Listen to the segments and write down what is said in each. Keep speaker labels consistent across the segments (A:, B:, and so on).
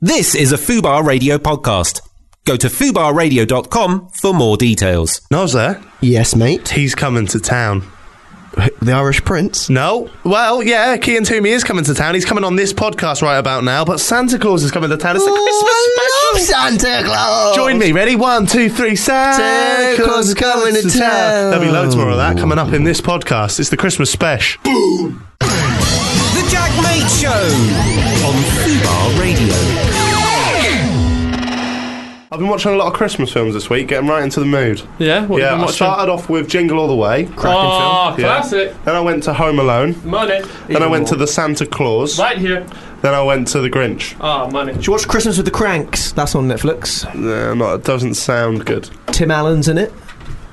A: This is a Fubar Radio podcast. Go to fubarradio.com for more details.
B: Nozza,
C: Yes, mate.
B: he's coming to town.
C: The Irish Prince.
B: No? Well, yeah, Kean Toomey is coming to town. He's coming on this podcast right about now, but Santa Claus is coming to town. It's a
C: Oh, I
B: Christmas special.
C: love Santa Claus.
B: Join me, ready? One, two, three, Santa
C: Santa
B: Claus
C: Claus
B: is
C: is coming to town.
B: There'll be loads more of that coming up in this podcast. It's the Christmas special.
A: The Jack Mate Show on Fubar Radio.
B: I've been watching a lot of Christmas films this week, getting right into the mood.
D: Yeah, what have you been
B: yeah, I
D: watching?
B: started off with Jingle All the Way. Cracking
D: Oh,
B: film. Yeah.
D: classic.
B: Then I went to Home Alone.
D: Money.
B: Then I went to The Santa Claus.
D: Right here.
B: Then I went to The Grinch.
D: Ah, money.
C: Did you watch Christmas with the Cranks? That's on Netflix.
B: No, not, it doesn't sound good.
C: Tim Allen's in it.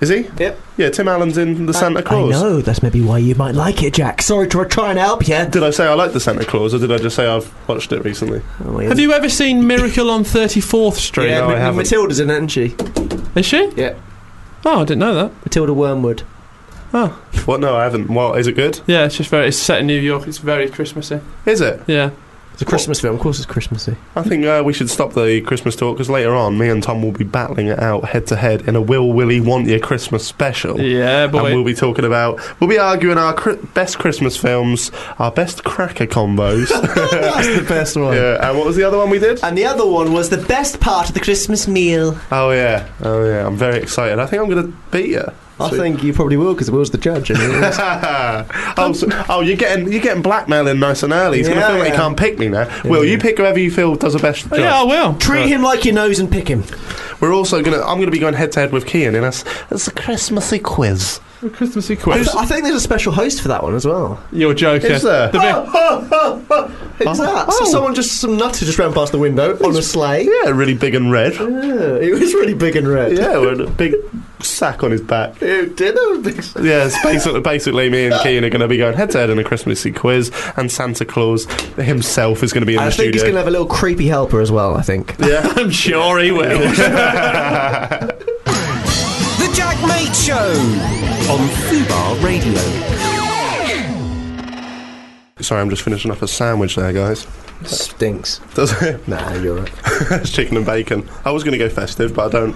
B: Is he?
C: Yep.
B: Yeah, Tim Allen's in The Santa Claus.
C: I know. That's maybe why you might like it, Jack. Sorry to try and help you.
B: Did I say I like the Santa Claus, or did I just say I've watched it recently?
D: Have you ever seen Miracle on 34th Street?
B: No, I
C: Ma-
B: haven't.
C: Matilda's in it, isn't she?
D: Is she?
C: Yeah.
D: Oh, I didn't know that.
C: Matilda Wormwood.
D: Oh,
B: What? No, I haven't. Well, is it good?
D: yeah. It's just very. It's set in New York. It's very Christmassy.
B: Is it?
D: Yeah.
C: It's a Christmas film. Of course, it's Christmassy.
B: I think uh, we should stop the Christmas talk because later on, me and Tom will be battling it out head to head in a Will Willie Want Your Christmas special.
D: Yeah,
B: And we'll
D: boy.
B: be talking about, we'll be arguing our cri- best Christmas films, our best cracker combos.
C: That's the best one.
B: yeah, and what was the other one we did?
C: And the other one was the best part of the Christmas meal.
B: Oh, yeah. Oh, yeah. I'm very excited. I think I'm going to beat you.
C: I
B: Sweet.
C: think Oh, you probably will because Will's the judge. And it was-
B: oh, so, oh, you're getting you're getting blackmailing nice and early. He's gonna
C: Yeah,
B: feel like he
C: yeah.
B: can't pick me now. Will you pick whoever you feel does the best job?
D: Oh, yeah, I will.
C: Treat him like you knows and pick him.
B: We're also gonna I'm gonna be going head to head with Kian in us. It's a Christmassy quiz.
D: Christmassy
C: I
D: quiz.
C: th- I think there's a special host for that one as well.
D: You're joking.
B: Is there? Oh.
D: The big-
C: Who's that? So someone just some nutter just ran past the window on a sleigh.
B: Yeah, really big and red.
C: Yeah, it was really big and red.
B: Yeah, with a big sack on his back.
C: It did have a big.
B: Yeah, it's basically, basically me and Kian are going to be going head to head in a Christmassy quiz, and Santa Claus himself is going to be in
C: I
B: the
C: think
B: studio.
C: he's going to have a little creepy helper as well. I think.
B: yeah.
D: I'm sure he will.
A: The Jack Mate Show on Fubar Radio.
B: Sorry, I'm just finishing up a sandwich there, guys.
C: Stinks.
B: Does it?
C: Nah, you're right.
B: It's chicken and bacon. I was going to go festive, but I don't.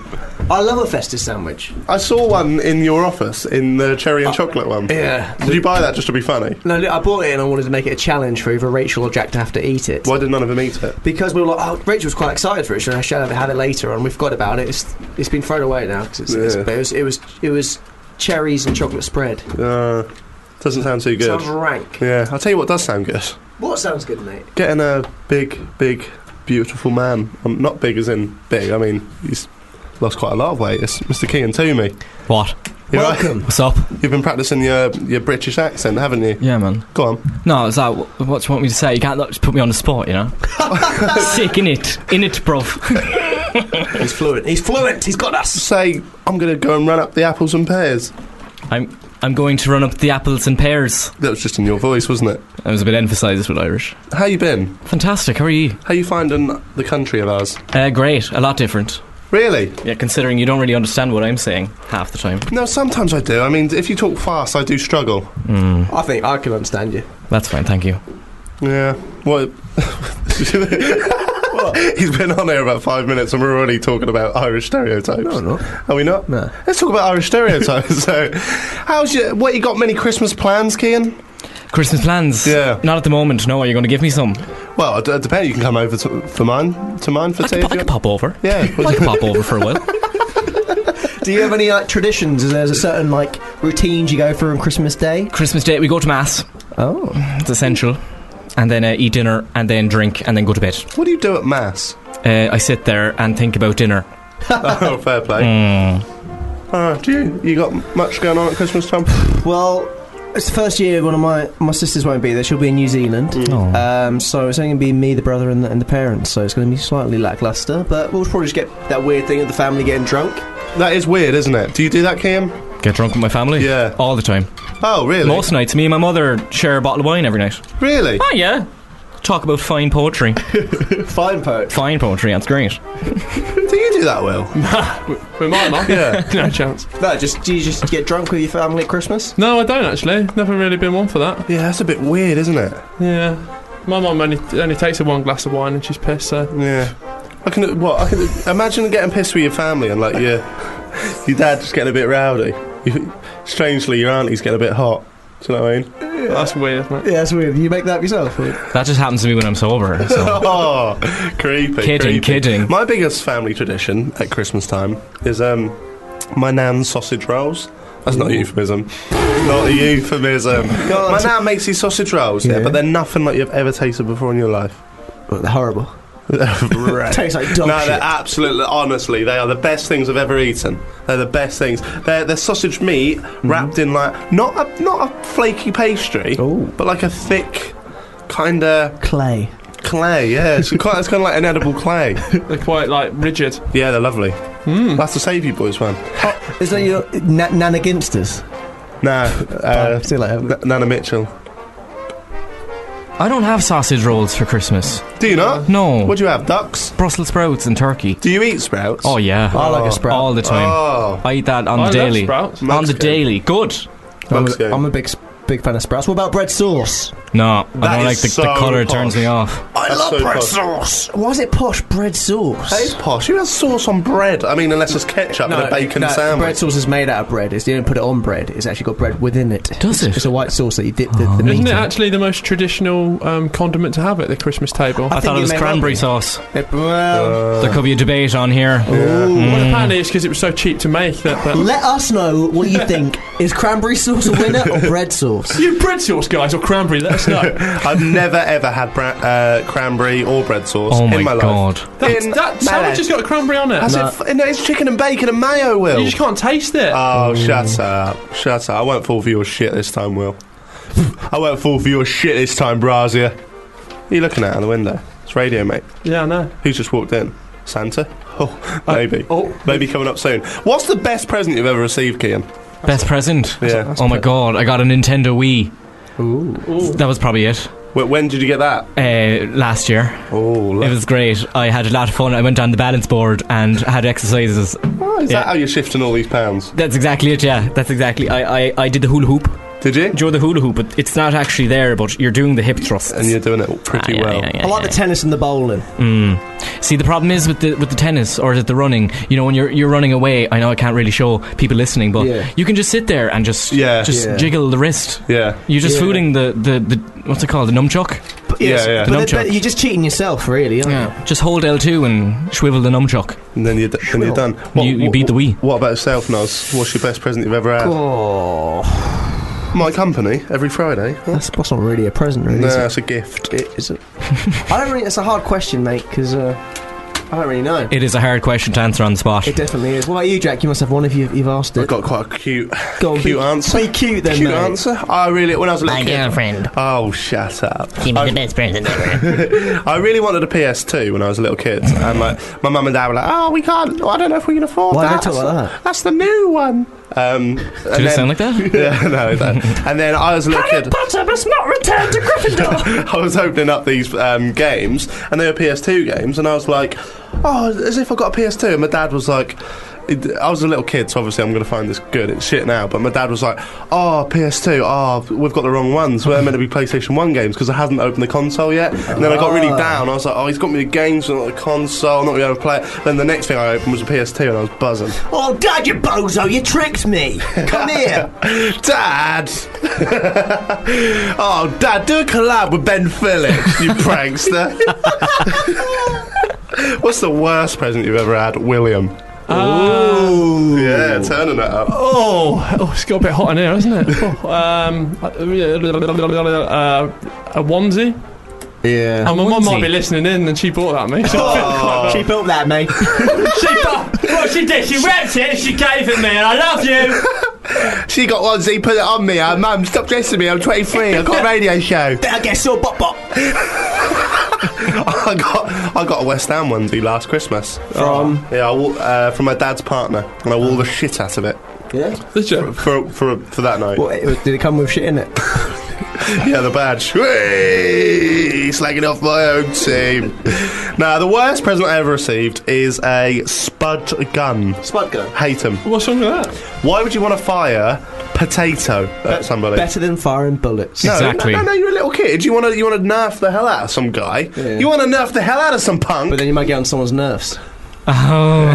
C: I love a Festus sandwich.
B: I saw one in your office in the cherry and chocolate one.
C: Oh, yeah.
B: Did you buy that just to be funny?
C: No, look, I bought it and I wanted to make it a challenge for either Rachel or Jack to have to eat it.
B: Why did none of them eat it?
C: Because we were like, oh, Rachel was quite excited for it. She I should have had it later, and we forgot about it. It's it's been thrown away now because it's, it's-
B: Yeah.
C: but it was it was it was cherries and chocolate spread.
B: Uh, doesn't sound too good.
C: Sounds rank.
B: Yeah, I'll tell you what does sound good.
C: What sounds good, mate?
B: Getting a big, big, beautiful man. Um, not big as in big. I mean, he's lost quite a lot of weight. It's Mr. Kean Toomey.
E: What?
B: You're right.
C: Welcome.
E: What's up?
B: You've been practicing your your British accent, haven't you?
E: Yeah, man.
B: Go on.
E: No, it's like, wh- what do you want me to say? You can't like, just put me on the spot, you know? Sick, in it, in it, bruv.
C: He's fluent. He's fluent. He's got us.
B: Say, I'm going to go and run up the apples and pears.
E: I'm, I'm going to run up the apples and pears.
B: That was just in your voice, wasn't it?
E: That was a bit emphasised with Irish.
B: How you been?
E: Fantastic, how are you?
B: How you finding the country of ours?
E: Uh, great, a lot different.
B: Really?
E: Yeah, considering you don't really understand what I'm saying half the time.
B: No, sometimes I do. I mean, if you talk fast, I do struggle.
E: Mm,
C: I think I can understand you.
E: that's fine, thank you.
B: Yeah. What? He's been on here about five minutes and we're already talking about Irish stereotypes. Are we not?
C: No.
B: Let's talk about Irish stereotypes. so, how's your. What, you got many Christmas plans, Kian?
E: Christmas plans?
B: Yeah.
E: Not at the moment, no. Are you going to give me some?
B: Well, it, it depends. You can come over to, for mine, to mine for
E: I
B: tea.
E: could,
B: if
E: I
B: you
E: could
B: want.
E: pop over.
B: Yeah.
E: I could pop over for a while.
C: Do you have any like traditions? Is there a certain like routines you go through on Christmas Day?
E: Christmas Day, we go to Mass.
C: Oh,
E: It's essential. And then uh, eat dinner, and then drink, and then go to bed.
B: What do you do at Mass?
E: Uh, I sit there and think about dinner.
B: oh, fair play. Uh, do you, you got much going on at Christmas time?
C: well, it's the first year one of my my sisters won't be there. She'll be in New Zealand.
B: Hmm.
E: Oh.
C: Um, so it's only going to be me, the brother, and the, and the parents. So it's going to be slightly lackluster, but we'll probably just get that weird thing of the family getting drunk.
B: That is weird, isn't it? Do you do that, Kian?
E: Get drunk with my family?
B: Yeah.
E: All the time.
B: Oh, really?
E: Most nights, me and my mother share a bottle of wine every night.
B: Really?
E: Oh, yeah. Talk about fine poetry.
C: Fine poet.
E: fine poetry, that's great.
B: Do you do that, Will?
D: With my mum.
B: Yeah.
D: no chance.
C: No, just do you just get drunk with your family at Christmas?
D: No, I don't actually. Never really been one for that.
B: Yeah, that's a bit weird, isn't it?
D: Yeah. My mum only, only takes her one glass of wine and she's pissed, so.
B: Yeah. I can what? I can imagine getting pissed with your family and like your your dad just getting a bit rowdy. You, strangely, your auntie's getting a bit hot. Do you know what I mean?
D: That's weird, isn't it?
C: Yeah, that's weird. You make that up yourself? or-
E: That just happens to me when I'm sober. So.
B: oh, creepy.
E: kidding,
B: creepy.
E: kidding.
B: My biggest family tradition at Christmas time is um, my nan's sausage rolls. That's not a euphemism. not a euphemism.
C: Go on,
B: My
C: t-
B: nan makes these sausage rolls, yeah,
C: Yeah.
B: but they're nothing like you've ever tasted before in your life.
C: Well, they're horrible.
B: Right.
C: Tastes like dog
B: no,
C: shit.
B: they're absolutely, honestly, they are the best things I've ever eaten. They're the best things. They're, they're sausage meat
C: Mm-hmm.
B: wrapped in like not a not a flaky pastry,
C: Ooh.
B: but like a thick kind of
C: Clay.
B: clay. Yeah, it's quite it's kind of like an edible clay.
D: They're quite, like, rigid.
B: Yeah, they're lovely.
C: Hmm.
B: That's the Savvy Boys one.
C: Is that your na- Nana Ginsters?
B: No, uh,
C: See you later.
B: N- Nana Mitchell.
E: I don't have sausage rolls for Christmas.
B: Do you not?
E: No.
B: What do you have? Ducks?
E: Brussels sprouts and turkey.
B: Do you eat sprouts?
E: Oh yeah.
C: I like a sprout.
E: All the time.
B: Oh,
E: I eat that on
D: I
E: the
D: love
E: daily.
D: sprouts.
E: on the
B: Mexican.
E: daily. Good.
C: I'm
B: Bugs
C: a,
B: game.
C: I'm a big s- big fan of sprouts. What about bread sauce?
E: No,
B: That
E: I
B: is
E: don't like the,
B: so
E: the colour.
B: posh.
E: Turns me off.
B: I love bread sauce.
C: Why is it posh bread sauce?
B: That is posh. Who has sauce on bread? I mean, unless it's ketchup and a bacon
C: no, Bread
B: sandwich.
C: sauce is made out of bread. It's, you don't put it on bread. It's actually got bread within it.
E: Does it?
C: It's a white sauce that you dip the,
E: Oh.
C: the meat
D: Isn't
C: in.
D: it actually the most traditional um, condiment to have at the Christmas table?
E: I,
C: I think
E: thought
C: you
E: it was
C: may
E: cranberry
C: not be.
E: sauce.
C: It- well,
E: there
B: Uh.
E: could be a debate on here.
D: Well, apparently it's because it was so cheap to make that. that
C: let us know what you think. is cranberry sauce a winner or bread sauce?
D: you bread sauce guys or cranberry? Let us know.
B: I've never ever had bra- uh, cranberry or bread sauce
E: Oh
B: in
E: my
B: my
E: god.
B: life.
D: That,
B: In
D: that
B: my
D: sandwich
B: life.
D: has got cranberry on it.
B: Has it
C: No.
B: f- no, it's chicken and bacon and mayo, Will.
D: You just can't taste it.
B: Oh, shut up. Shut up. I won't fall for your shit this time, Will. I won't fall for your shit this time, Brazia. What are you looking at out the window? It's radio, mate.
D: yeah, I know.
B: Who's just walked in? Santa? Oh, maybe.
D: Oh,
B: Maybe coming up soon. What's the best present you've ever received, Kian?
E: Best present.
B: Yeah.
E: Oh my god, I got a Nintendo Wii.
D: ooh.
E: That was probably it.
B: Wh- When did you get that?
E: Uh, last year.
B: Oh,
E: It was great. I had a lot of fun. I went on the balance board and had exercises.
B: Oh, is
E: yeah.
B: that how you're shifting all these pounds?
E: That's exactly it, yeah. That's exactly. I, I, I did the hula hoop.
B: Did you?
E: Enjoy the hula hoop, but it's not actually there, but you're doing the hip thrusts.
B: And you're doing it
E: Ah,
B: pretty
E: yeah,
B: well.
E: yeah, yeah,
C: I like
E: yeah.
C: the tennis and the bowling.
E: Mm. See, the problem is with the with the tennis or is it the running? You know, when you're you're running away, I know I can't really show people listening, but
C: Yeah.
E: you can just sit there and just
B: Yeah.
E: just
C: Yeah.
E: jiggle the wrist.
B: Yeah.
E: You're just
C: Yeah.
E: fooling the, the, the what's it called the nunchuck.
C: But
B: Yeah,
C: yes,
B: yeah.
C: But, then-
E: Nunchuck.
C: but you're just cheating yourself, really, aren't you?
E: Just hold L two and swivel the nunchuck.
B: And then you're, d- then you're done.
E: You- you beat the Wii.
B: What about yourself, Noz? What's your best present you've ever had?
C: Oh,
B: My company, every Friday.
C: that's, that's not really a present, really.
B: No,
C: is it?
B: it's a gift.
C: It, is it? I don't really. It's a hard question, mate, because uh, I don't really know.
E: It is a hard question to answer on the spot.
C: It definitely is. What about you, Jack? You must have one if you've, you've asked
B: I've
C: it.
B: got quite a cute,
C: Go on,
B: cute
C: be,
B: answer.
C: Be cute then,
B: cute
C: mate.
B: answer. I really, when I was a little
F: My
B: kid.
F: girlfriend.
B: Oh, shut up!
F: She
B: I,
F: was the best present ever.
B: I really wanted a PS2 when I was a little kid, and like my mum and dad were like, "Oh, we can't. I don't know if we can afford
C: Why do they
B: that.
C: talk
B: that's,
C: like that?
B: that's the new one." Um,
E: Did it sound like that?
B: yeah, no, it don't. and then I was a little kid.
F: Potter must not return to Gryffindor.
B: I was opening up these um, games, and they were PS2 games, and I was like, "Oh, as if I got a PS2." And my dad was like, it- "I was a little kid, so obviously I'm going to find this good. It's shit now." But my dad was like, "Oh, PS2. Oh, we've got the wrong ones. We're meant to be PlayStation One games because I hadn't opened the console yet." And then I got really
F: Ah.
B: down. I was like, "Oh, he's got me the games, but not the console. I'm not going to be able to play it." Then the next thing I opened was a PS2, and I was buzzing.
C: Oh, Dad, you bozo! You tricked me. Come here.
B: Dad! oh, Dad, do a collab with Ben Phillips, you prankster. What's the worst present you've ever had, William? Ooh. Yeah, turning it up.
D: Oh, oh, it's got a bit hot in here, hasn't it? Oh, um, uh, uh, a onesie.
C: Yeah.
D: And my mum might
E: onesie?
D: be listening in, and she bought that me. So I feel quite
C: She built that, mate.
D: bad. she bought. Well, she did. She wrapped it. and She gave it me. and I love you.
B: She got one, Z, put it on me. Uh, Mum, stop dressing me. I'm 23. I've got a radio show.
C: I get so bop bop
B: I got I got a West Ham onesie last Christmas.
C: from.
B: Yeah, I wore, uh, from my dad's partner, and I wore the shit out of it.
C: Yeah.
G: Did you?
B: for for for that night.
C: Well, it was, did it come with shit in it?
B: Yeah, the badge. Whee! Slagging off my own team. now, the worst present I ever received is a spud gun.
C: Spud gun.
B: Hate them.
G: What's wrong with that?
B: Why would you want to fire potato at somebody?
C: Better than firing bullets.
B: No,
E: Exactly.
B: No, no, you're a little kid. You want to you want to nerf the hell out of some guy.
C: Yeah.
B: You want to nerf the hell out of some punk.
C: But then you might get on someone's nerves.
E: Oh.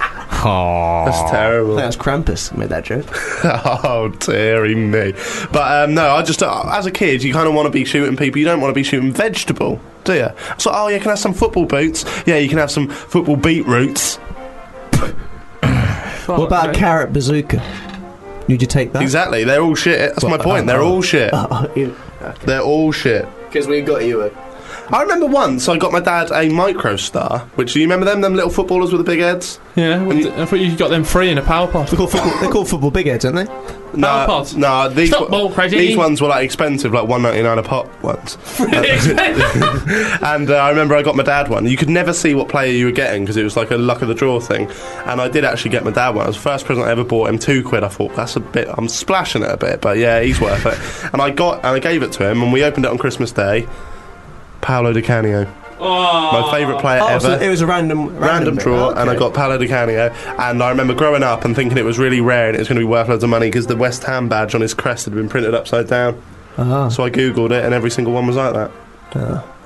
B: That's terrible.
C: I think that's Krampus made that joke.
B: Oh, dearie me. But um, no, I just, uh, as a kid, you kind of want to be shooting people. You don't want to be shooting vegetable, do you? So, oh, you can have some football boots. Yeah, you can have some football beetroots.
C: what about a carrot bazooka? Would you take that?
B: Exactly. They're all shit. That's my
C: Well,
B: point.
C: uh,
B: They're
C: uh,
B: all shit. They're all shit.
C: Because we got you a.
B: I remember once I got my dad a MicroStar, which you remember them, them little footballers with the big heads.
G: Yeah, what the- I thought you got them free in a power pod.
C: They're called football, they're called football big heads, aren't they?
B: No,
G: pods.
B: no, these
G: Stop
B: wa-
G: ball, crazy.
B: these ones were like expensive, like one ninety nine a pop ones.
G: Expensive.
B: and uh, I remember I got my dad one. You could never see what player you were getting because it was like a luck of the draw thing. And I did actually get my dad one. It was the first present I ever bought him. Two quid. I thought that's a bit. I'm splashing it a bit, but yeah, he's worth it. And I got and I gave it to him, and we opened it on Christmas Day. Paolo Di Canio,
G: oh.
B: my favourite player
C: Oh,
B: ever.
C: so it was a random random,
B: Random
C: bit.
B: draw,
C: Okay.
B: and I got Paolo Di Canio. And I remember growing up and thinking it was really rare and it was going to be worth loads of money because the West Ham badge on his crest had been printed upside down.
C: Ah.
B: So I googled it, and every single one was like that.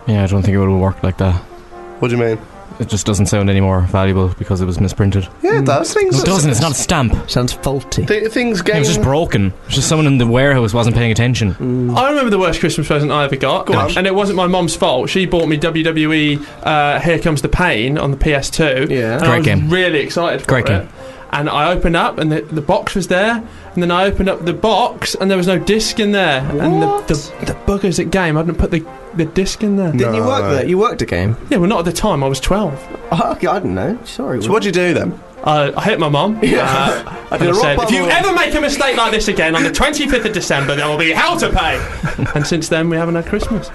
E: Yeah, I don't think it would have worked like that.
B: What do you mean?
E: It just doesn't sound any more valuable because it was misprinted.
B: Yeah, it does. Things
E: It doesn't. It's not a stamp. It
C: Sounds faulty.
B: Th- things gain.
E: was just broken. It's just someone in the warehouse wasn't paying attention.
G: I remember the worst Christmas present I ever got,
B: Go on.
G: and it wasn't my mom's fault. She bought me WWE uh, Here Comes the Pain on the PS2.
C: Yeah.
G: and
E: Great
G: I was
E: game.
G: really excited for
E: Great
G: it.
E: game.
G: And I opened up, and the, the box was there. And then I opened up the box, and there was no disc in there. And the, the, the buggers at game hadn't put the, the disc in there.
C: Didn't you work
B: No.
C: there? You worked a game.
G: Yeah, well, not at the time. I was 12.
C: Oh, okay, I don't know. Sorry.
B: So what'd you do then?
G: Uh, I hit my mum. Uh,
C: I
G: and
C: did a
G: I
C: rock
G: said, if
C: bottom
G: you
C: roll.
G: ever make a mistake like this again on the 25th of December, there will be hell to pay. and since then, we haven't had Christmas.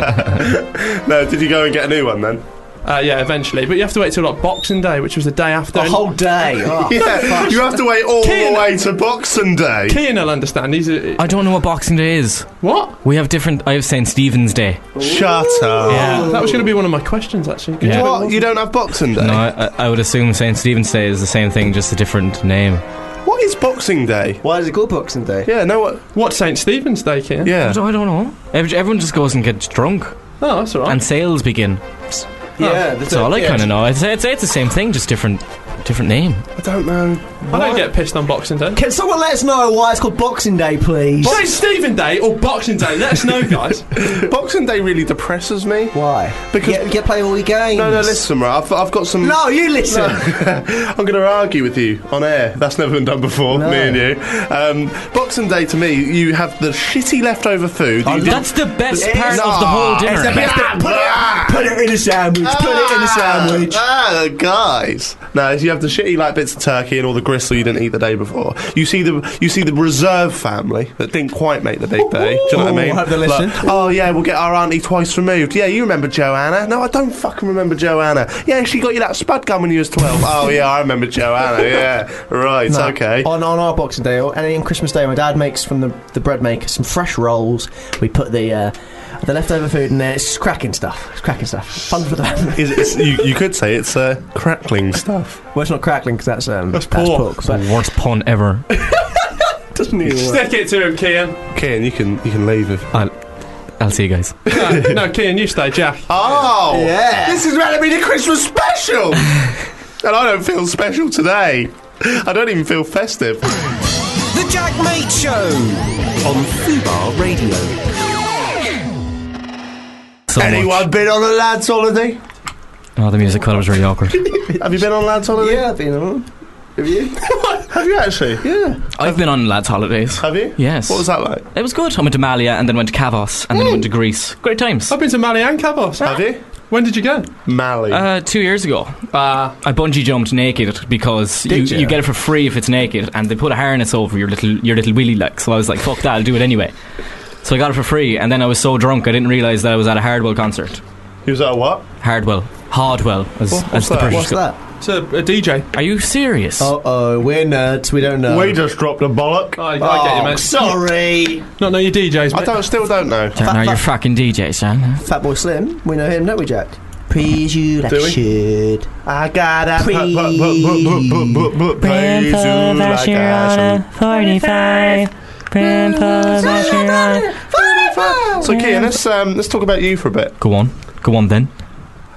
B: No, did you go and get a new one then?
G: Uh, yeah, eventually. But you have to wait till like Boxing Day, which was the day after.
C: the whole day. Oh,
B: Yeah, you have to wait all
G: Ken-
B: the way to Boxing Day.
G: Kean will understand. He's a,
E: I don't know what Boxing Day is.
G: what?
E: We have different. I have St. Stephen's Day.
B: Shut up.
G: That was going to be one of my questions actually.
E: Yeah.
B: What? You don't have Boxing Day?
E: No, I, I- I would assume St. Stephen's Day is the same thing, just a different name.
B: What is Boxing Day?
C: Why is it called Boxing Day?
B: Yeah, no, what?
G: What St Stephen's Day, Kean?
E: I
B: Yeah.
E: don't, I don't know. Ev- Everyone just goes and gets drunk,
G: Oh, that's all right.
E: and sales begin.
C: Yeah, that's
E: That's all I
C: yeah.
E: kind of know. I'd say, I'd say it's the same thing, just different, different name.
B: I don't know.
G: I don't get pissed on Boxing Day.
C: Can someone let us know why it's called Boxing Day, please?
G: St Stephen Day or Boxing Day? Let us know, guys.
B: Boxing Day really depresses me.
C: Why?
B: Because-
C: you get, you get playing all your games.
B: No, no, listen, right? I've, I've got some.
C: No, you listen.
B: I'm going to argue with you on air. That's never been done before,
C: No.
B: me and you. Um, Boxing Day to me, you have the shitty leftover food. that you didn't-
E: Oh, That's the best
C: It's
E: part of the whole
B: not.
E: dinner.
B: It's the best-
C: Put it- Put it in a sandwich. Put it in a sandwich.
B: Ah, ah, guys. No, you have the shitty like bits of turkey and all the gristle you didn't eat the day before. You see the you see the reserve family that didn't quite make the big day. Do you know what I
C: Ooh,
B: mean?
C: have they
B: Like,
C: listened?
B: oh yeah, we'll get our auntie twice removed. Yeah, you remember Joanna? No, I don't fucking remember Joanna. Yeah, she got you that spud gun when you was twelve. oh yeah, I remember Joanna. Yeah, right,
C: No.
B: okay.
C: On on our Boxing Day or- and on Christmas Day, my dad makes from the, the bread maker some fresh rolls. We put the uh, the leftover food in there. It's just cracking stuff. It's cracking stuff. Fun for the family.
B: Is it's, you, you could say it's uh, crackling stuff.
C: well, it's not crackling because that's um, that's
G: pork.
C: pork,
E: The
C: but
E: worst pun ever.
C: doesn't even work.
G: Stick it to him, Kean.
B: Okay, and you can you can leave if.
E: I'll, I'll see you guys.
G: No, no, Kean, you stay, Jack.
B: Oh,
C: Yeah.
B: This is meant to be the Christmas special, and I don't feel special today. I don't even feel festive.
A: The Jack Mate Show on Fubar Radio.
E: So much.
B: Anyone been on a lads' holiday?
E: Oh, the music cut was really awkward.
B: Have you been on lads' holiday?
C: Yeah, I've been on. Have you?
B: Have you actually?
C: Yeah.
E: I've been on lads' holidays.
B: Have you?
E: Yes.
B: What was that like?
E: It was good. I went to Malia and then went to Cavos and then went to Greece. Great times.
G: I've been to Mali and Cavos.
B: Have you?
G: When did you go?
B: Mally.
E: Uh, two years ago,
G: Uh,
E: I bungee jumped naked because you,
C: Did ya?
E: you get it for free if it's naked, and they put a harness over your little your little willy like. So I was like, "Fuck that! I'll do it anyway." So I got it for free, and then I was so drunk I didn't realize that I was at a Hardwell concert.
B: he was at a what?
E: Hardwell, Hardwell, as,
B: Wha- what's
E: as the
B: that?
E: British
C: What's
E: go-
C: that?
G: to a DJ.
E: Are you serious?
C: Uh oh, we're nerds. We don't know.
B: We just dropped a bollock.
G: Oh, I
C: Oh,
G: get you, mate.
C: sorry,
G: Not know your DJs,
B: I
G: mate.
B: don't, still don't know.
E: Don't know your fucking DJ, son.
C: Fat Boy Slim. We know him, don't we, Jack? Praise you like
B: Do we?
C: should.
B: I gotta
C: Praise-
B: praise you like I should.
F: 45.
B: So, Kean, let's um, let's talk about you for a bit
E: Go on. Go on then.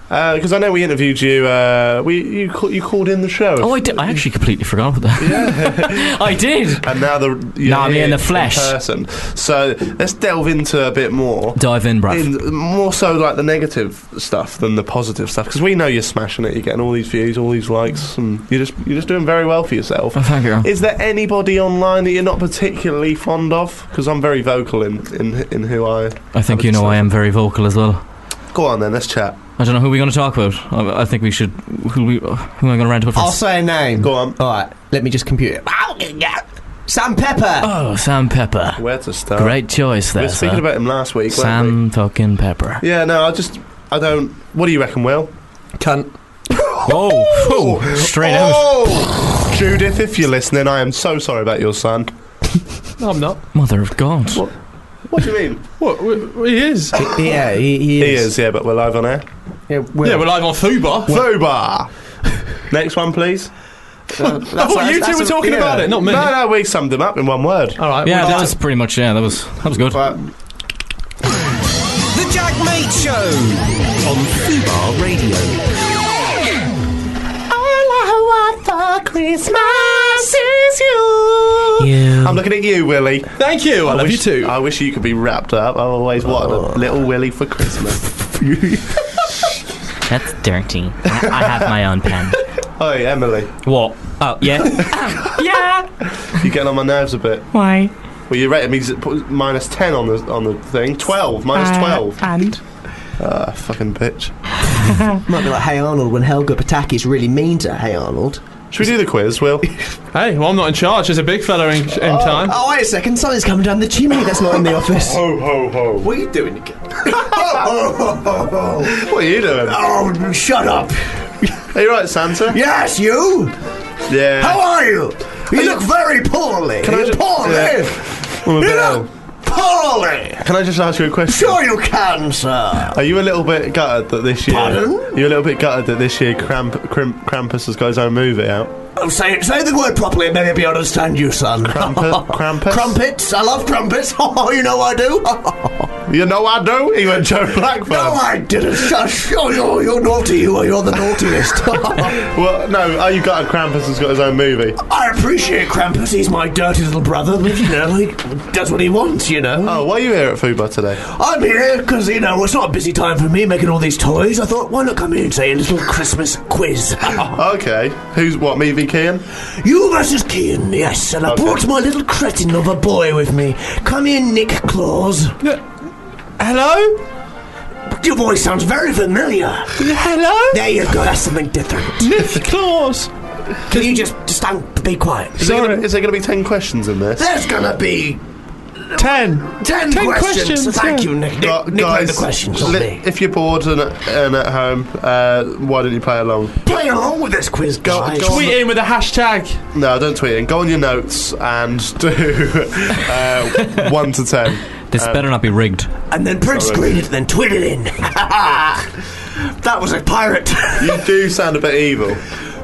B: because I know we interviewed you. Uh, we you ca- you called in the show.
E: Oh, I did. I actually completely forgot about that. I did.
B: and now the you're
E: Now I'm
B: here
E: in the flesh.
B: person. So let's delve into a bit more.
E: Dive in, bruv.
B: In, more so like the negative stuff than the positive stuff because we know you're smashing it. You're getting all these views, all these likes, and you're just you're just doing very well for yourself.
E: Oh, thank you.
B: Is there anybody online that you're not particularly fond of? Because I'm very vocal in, in in who I.
E: I think you know I am very vocal as well.
B: Go on then, let's chat.
E: I don't know who we're going to talk about. I, I think we should. Who we? Who am I going to rant about
C: I'll
E: first?
C: say a name.
B: Go on.
C: All right, let me just compute it. Sam Pepper.
E: Oh, Sam Pepper.
B: Where to start?
E: Great
B: We
E: choice there,
B: Uh, were speaking
E: sir.
B: about him last week. weren't
E: Sam fucking Pepper.
B: we? Yeah. No, I just I don't. What do you reckon, Will?
G: Cunt.
E: Whoa! Whoa. Straight out.
B: Oh, Judith, if you're listening, I am so sorry about your son.
G: No, I'm not.
E: Mother of God.
B: Oh. What do you mean?
G: What? w- w- He is. yeah,
C: Yeah, he,
B: He
C: he is.
B: is, yeah, but we're live on air.
C: Yeah, Will.
G: we're live on Fubar.
B: Fubar. Next one, please.
G: I thought Oh, you
C: that's
G: two were
C: a-
G: talking
C: yeah.
G: about it, not me.
B: No, no, we summed them up in one word.
G: All right.
E: Yeah,
G: well,
E: that was pretty much. Yeah, that was that was good.
B: But
A: The Jack Mate Show on Fubar Radio.
B: I'm looking at you, Willie.
G: Thank you. I, love
B: wish,
G: you too.
B: I wish you could be wrapped up. I've always wanted a little Willie for Christmas.
E: That's dirty. I, I have my own pen.
B: Hi, Emily.
E: What? Oh, yeah.
F: Yeah.
B: You're getting on my nerves a bit.
F: Why?
B: Well, you rated me z- put minus 10 on the, on the thing. 12. Minus
F: Uh,
B: 12.
F: And?
B: Ah, fucking bitch.
C: Might be like Hey Arnold when Helga Pataki's really mean to Hey Arnold.
B: Should we do the quiz, Will?
G: hey, well, I'm not in charge. There's a big fella in, in time.
C: Oh, wait a second, something's coming down the chimney that's not in the office.
B: ho, ho, ho.
C: What are you doing again?
B: What are you doing?
C: Oh, shut up!
B: Are you right, Santa?
C: Yes, you!
B: Yeah.
C: How are you? You look very poorly.
B: Can I
C: You're
B: ju-
C: poorly.
B: Yeah. I'm a
C: You
B: bit ill.
C: look poorly.
B: Can I just ask you a question?
C: Sure you can, sir.
B: Are you a little bit gutted that this year?
C: Pardon?
B: You're a little bit gutted that this year Kramp, Kramp, Krampus has got his own movie out.
C: Oh, say say the word properly, and maybe I understand you, son.
B: Krampus? Krampus?
C: Crumpets. I love crumpets. Oh, you know I do.
B: You know I do. He went Joe Blackburn.
C: no, I didn't. Shush. Oh, you're, you're naughty. You are. You're the naughtiest.
B: Well, no. Are you gutted Krampus has got his own movie?
C: I appreciate Krampus. He's my dirty little brother, but you know he does what he wants. You know.
B: Oh, why are you here at Fubar today?
C: I'm here because, you know, it's not a busy time for me making all these toys. I thought, why not come in and say a little Christmas quiz?
B: Okay. Who's what? Me v Kian?
C: you versus Kean, yes, and I
B: Okay.
C: brought my little cretin of a boy with me. Come in, Nick Claus.
G: Hello?
C: Your voice sounds very familiar.
G: Hello?
C: There you go, that's something different.
G: Nick Claus.
C: Can you just stand, be quiet?
B: Is, there gonna- is there going to be ten questions in this?
C: There's gonna be
G: Ten.
C: ten,
G: Ten
C: questions.
G: questions,
C: Thank
G: yeah.
C: you, Nick. Nick,
B: Gu-
C: Nick made the questions, not
B: li-
C: me.
B: if you're bored and, and at home, uh, why don't you play along?
C: Play along with this quiz, guys.
B: go on.
G: Tweet in with a hashtag.
B: No, don't tweet in. Go on your notes and do uh, one to ten.
E: This
B: Uh,
E: better not be rigged.
C: and then print screen it, then tweet it in. that was a pirate.
B: You do sound a bit evil.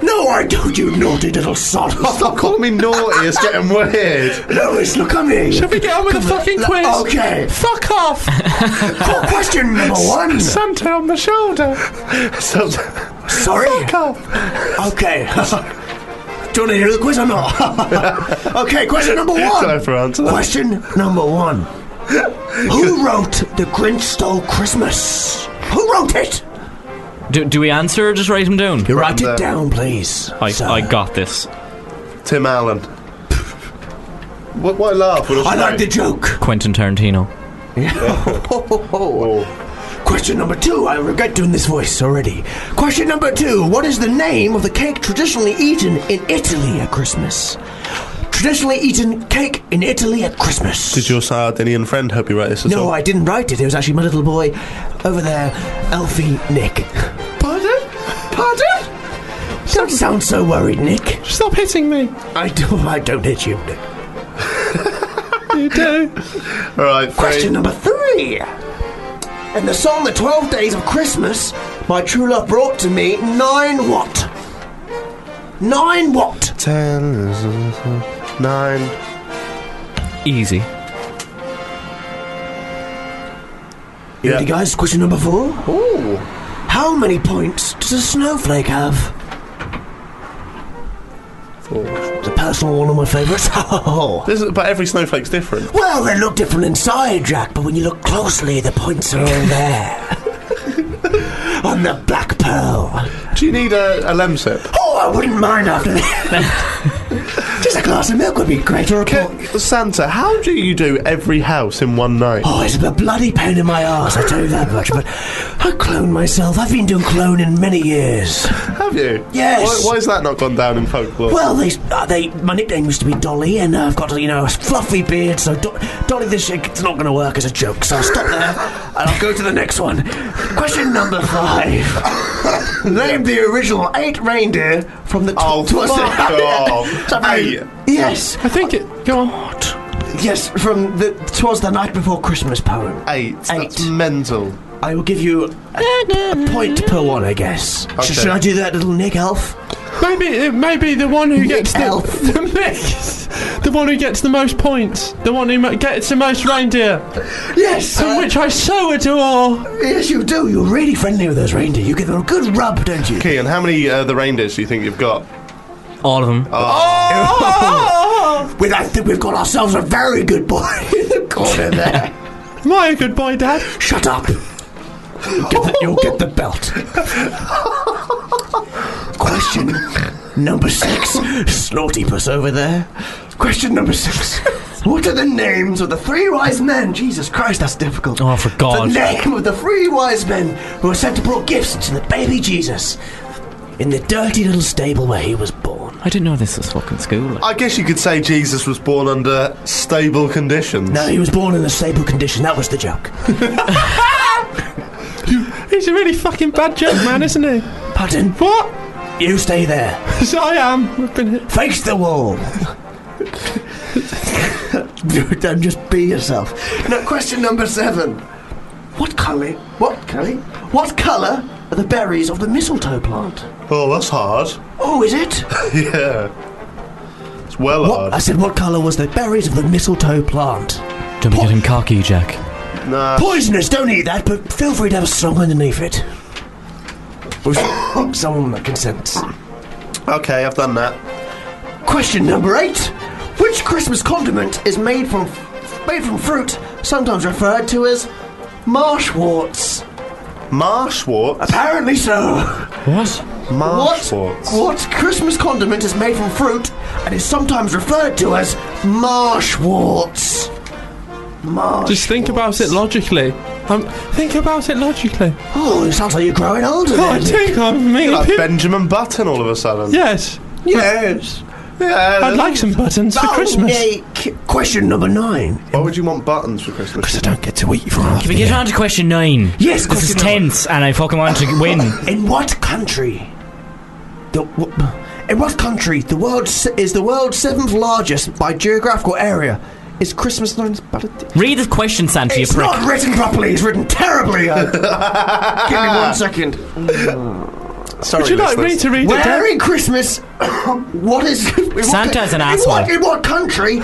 C: No, I don't, you naughty little sod.
B: Stop calling me naughty. It's getting weird.
C: Lewis, look at me.
G: Should we get on with the fucking quiz?
C: Okay.
G: Fuck off.
C: Cool. Question number one.
G: Santa on the shoulder.
B: So,
C: Sorry. Okay. Do you want to hear the quiz or not? okay, question number
B: Time
C: one.
B: for answer.
C: Question number one. Who wrote The Grinch Stole Christmas? Who wrote it?
E: Do, do we answer or just write them down?
C: You write
B: there.
C: it down, please.
E: I,
C: sir.
E: I got this.
B: Tim Allen. What? Why laugh? What a
C: I like the
B: shame.
C: joke.
E: Quentin Tarantino.
B: Oh,
C: Question number two. I regret doing this voice already. Question number two. What is the name of the cake traditionally eaten in Italy at Christmas? Traditionally eaten cake in Italy at Christmas.
B: Did your Sardinian friend help you write this? At
C: No,
B: all?
C: I didn't write it. It was actually my little boy over there, Elfie Nick. Pardon? Pardon? Don't sound so worried, Nick.
G: Stop hitting me.
C: I do. I don't hit you, Nick.
G: You do.
B: All right, three.
C: Question number three. In the song The Twelve Days of Christmas, my true love brought to me nine what? Nine what?
B: Ten, nine.
E: Easy.
C: You
B: Yeah.
C: ready, guys? Question number four.
B: Ooh.
C: How many points does a snowflake have? It's a personal one of my favourites.
B: This is, but every snowflake's different.
C: well, they look different inside, Jack, but when you look closely, the points are all there. On the black pearl.
B: Do you need a, a lem sip?
C: Oh, I wouldn't mind after that. Just a glass of milk would be great, or a
B: Ca-
C: coke.
B: Santa, how do you do every house in one night?
C: Oh, it's a bloody pain in my ass, I tell you that much. But I clone myself. I've been doing cloning many years.
B: Have you?
C: Yes.
B: Why, why has that not gone down in folklore?
C: Well, they, uh, they, my nickname used to be Dolly, and uh, I've got you know a fluffy beard. So Do- Dolly, this shit, it's not going to work as a joke. So I'll stop there, and I'll go to the next one. Question number five. Name the original eight reindeer from the tw-
B: Oh,
C: tw-
B: fuck off.
C: So,
B: Eight.
C: Yes,
G: I think it. Go on.
C: yes, from the "Twas the Night Before Christmas" poem.
B: eight. That's
C: Eight.
B: mental.
C: I will give you a, a point per one, I guess. Sh-
B: Okay.
C: should I do that, little Nick Elf?
G: Maybe it may be the one who gets the,
C: elf.
G: the mix. The one who gets the most points. The one who mo- gets the most reindeer.
C: Uh, Yes,
G: To which I so adore.
C: yes, you do. You're really friendly with those reindeer. You give them a good rub, don't you?
B: Kean, how many uh, the reindeers do you think you've got?
E: All of them.
G: Oh!
C: Well, I think we've got ourselves a very good boy in the corner there.
G: Am I a good boy, Dad?
C: Shut up. You'll get the, you'll get the belt. Question number six. Snortipus over there. Question number six. What are the names of the three wise men? Jesus Christ, that's difficult.
E: Oh, for
C: The
E: God.
C: name of the three wise men who were sent to bring gifts to the baby Jesus in the dirty little stable where he was born.
E: I didn't know this was fucking school.
B: I guess you could say Jesus was born under stable conditions.
C: No, he was born in a stable condition. That was the joke.
G: He's a really fucking bad joke, man, isn't he?
C: Pardon?
G: What?
C: You stay there.
G: Yes, I am. I've been hit.
C: Face the wall. Don't just be yourself. Now, question number seven. What colour? What colour? What colour are the berries of the mistletoe plant?
B: Oh, that's hard.
C: Oh, is it?
B: yeah. It's well
C: What? I
B: hard.
C: said, what colour was the berries of the mistletoe plant?
E: Don't be getting cocky, Jack.
C: Uh,
B: Nah.
C: Poisonous. Don't eat that. But feel free to have a song underneath it. With Someone that consents.
B: Okay, I've done that.
C: Question number eight: Which Christmas condiment is made from made from fruit, sometimes referred to as marshworts?
B: Marshwort.
C: Apparently so.
E: What?
C: What,
B: Marshwort.
C: what Christmas condiment is made from fruit and is sometimes referred to as marshworts? Marsh.
G: Just think about it logically. Um, think about it logically.
C: Oh, it sounds like you're growing older.
G: Oh, I
C: then.
G: think I'm mean.
B: Like Benjamin Button all of a sudden.
G: yes.
C: Yes.
B: Yeah,
G: I'd like some buttons for
C: Oh,
G: Christmas.
C: Nick. Question number nine.
B: Why would you want buttons for Christmas?
C: I don't get to eat for half
E: Can we get on to question nine?
C: Yes,
E: This is
C: question nine.
E: tense, and I fucking want to win.
C: In what country? The, w- in what country the world se- is the world's seventh largest by geographical area? Is Christmas known as Baladi-
E: Read the question, Santa, you
C: It's
E: prick.
C: not written properly. It's written terribly. uh. Give me one second.
B: Sorry,
G: Would you like me
B: listeners.
G: to read it? Dad?
C: Merry Christmas. what is in what
E: Santa's an
C: co- in what-
E: asshole.
C: In what country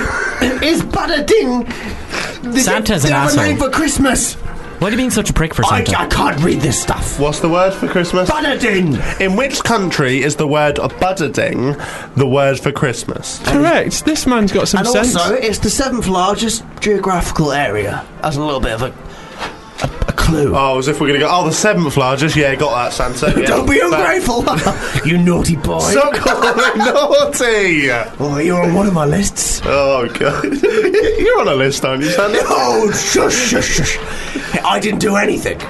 C: is Badading? the-
E: Santa's an
C: the
E: asshole.
C: name for Christmas.
E: Why are you being such a prick for
C: I,
E: Santa?
C: I can't read this stuff.
B: What's the word for Christmas?
C: Badading.
B: In which country is the word budding the word for Christmas?
G: Correct. This man's got some
C: And
G: sense.
C: also, it's the seventh largest geographical area. That's a little bit of a, a, a clue.
B: Oh, as if we're going to go, oh, the seventh largest. Yeah, got that, Santa. Yeah.
C: Don't be
B: That-
C: ungrateful, you naughty boy.
B: Stop calling me naughty!
C: oh, you're on one of my lists.
B: Oh, God. You're on a list, aren't you, Santa?
C: Oh, shush, shush, shush. Hey, I didn't do anything.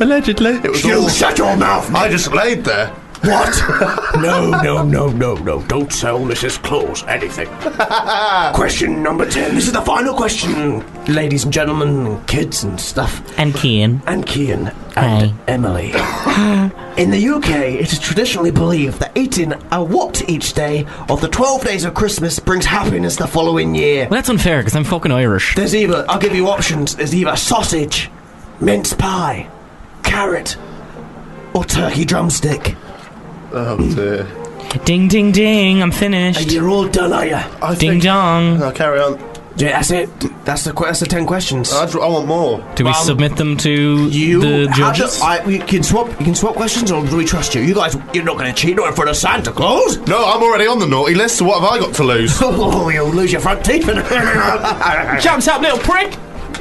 G: Allegedly.
B: It was
C: You
B: all-
C: shut your mouth, man.
B: I just laid there.
C: What? No, no, no, no, no. Don't sell Mrs. Claus anything. question number 10. This is the final question, ladies and gentlemen, and kids and stuff.
H: And Kian.
C: and Kian and
H: Hey.
C: Emily. In the UK, it is traditionally believed that eating a what each day of the 12 days of Christmas brings happiness the following year.
E: Well, that's unfair because I'm fucking Irish.
C: There's either, I'll give you options, there's either sausage, mince pie, carrot, or turkey drumstick.
B: Oh dear.
H: Ding, ding, ding. I'm
C: And
H: finished.
C: you're all done, are you?
B: I
H: Ding
B: think-
H: dong.
B: No, carry on.
C: Yeah, that's it. That's the, que- that's the 10 questions.
B: I, dr- I want more.
E: Do we submit them to
C: Uh, You
E: the
C: how do-
E: judges?
C: I, we can swap. You can swap questions, or do we trust you? You guys, you're not going to cheat, not in front of Santa Claus.
B: No, I'm already on the naughty list. So what have I got to lose?
C: Oh, you'll lose your front teeth.
E: Jumps up, little prick!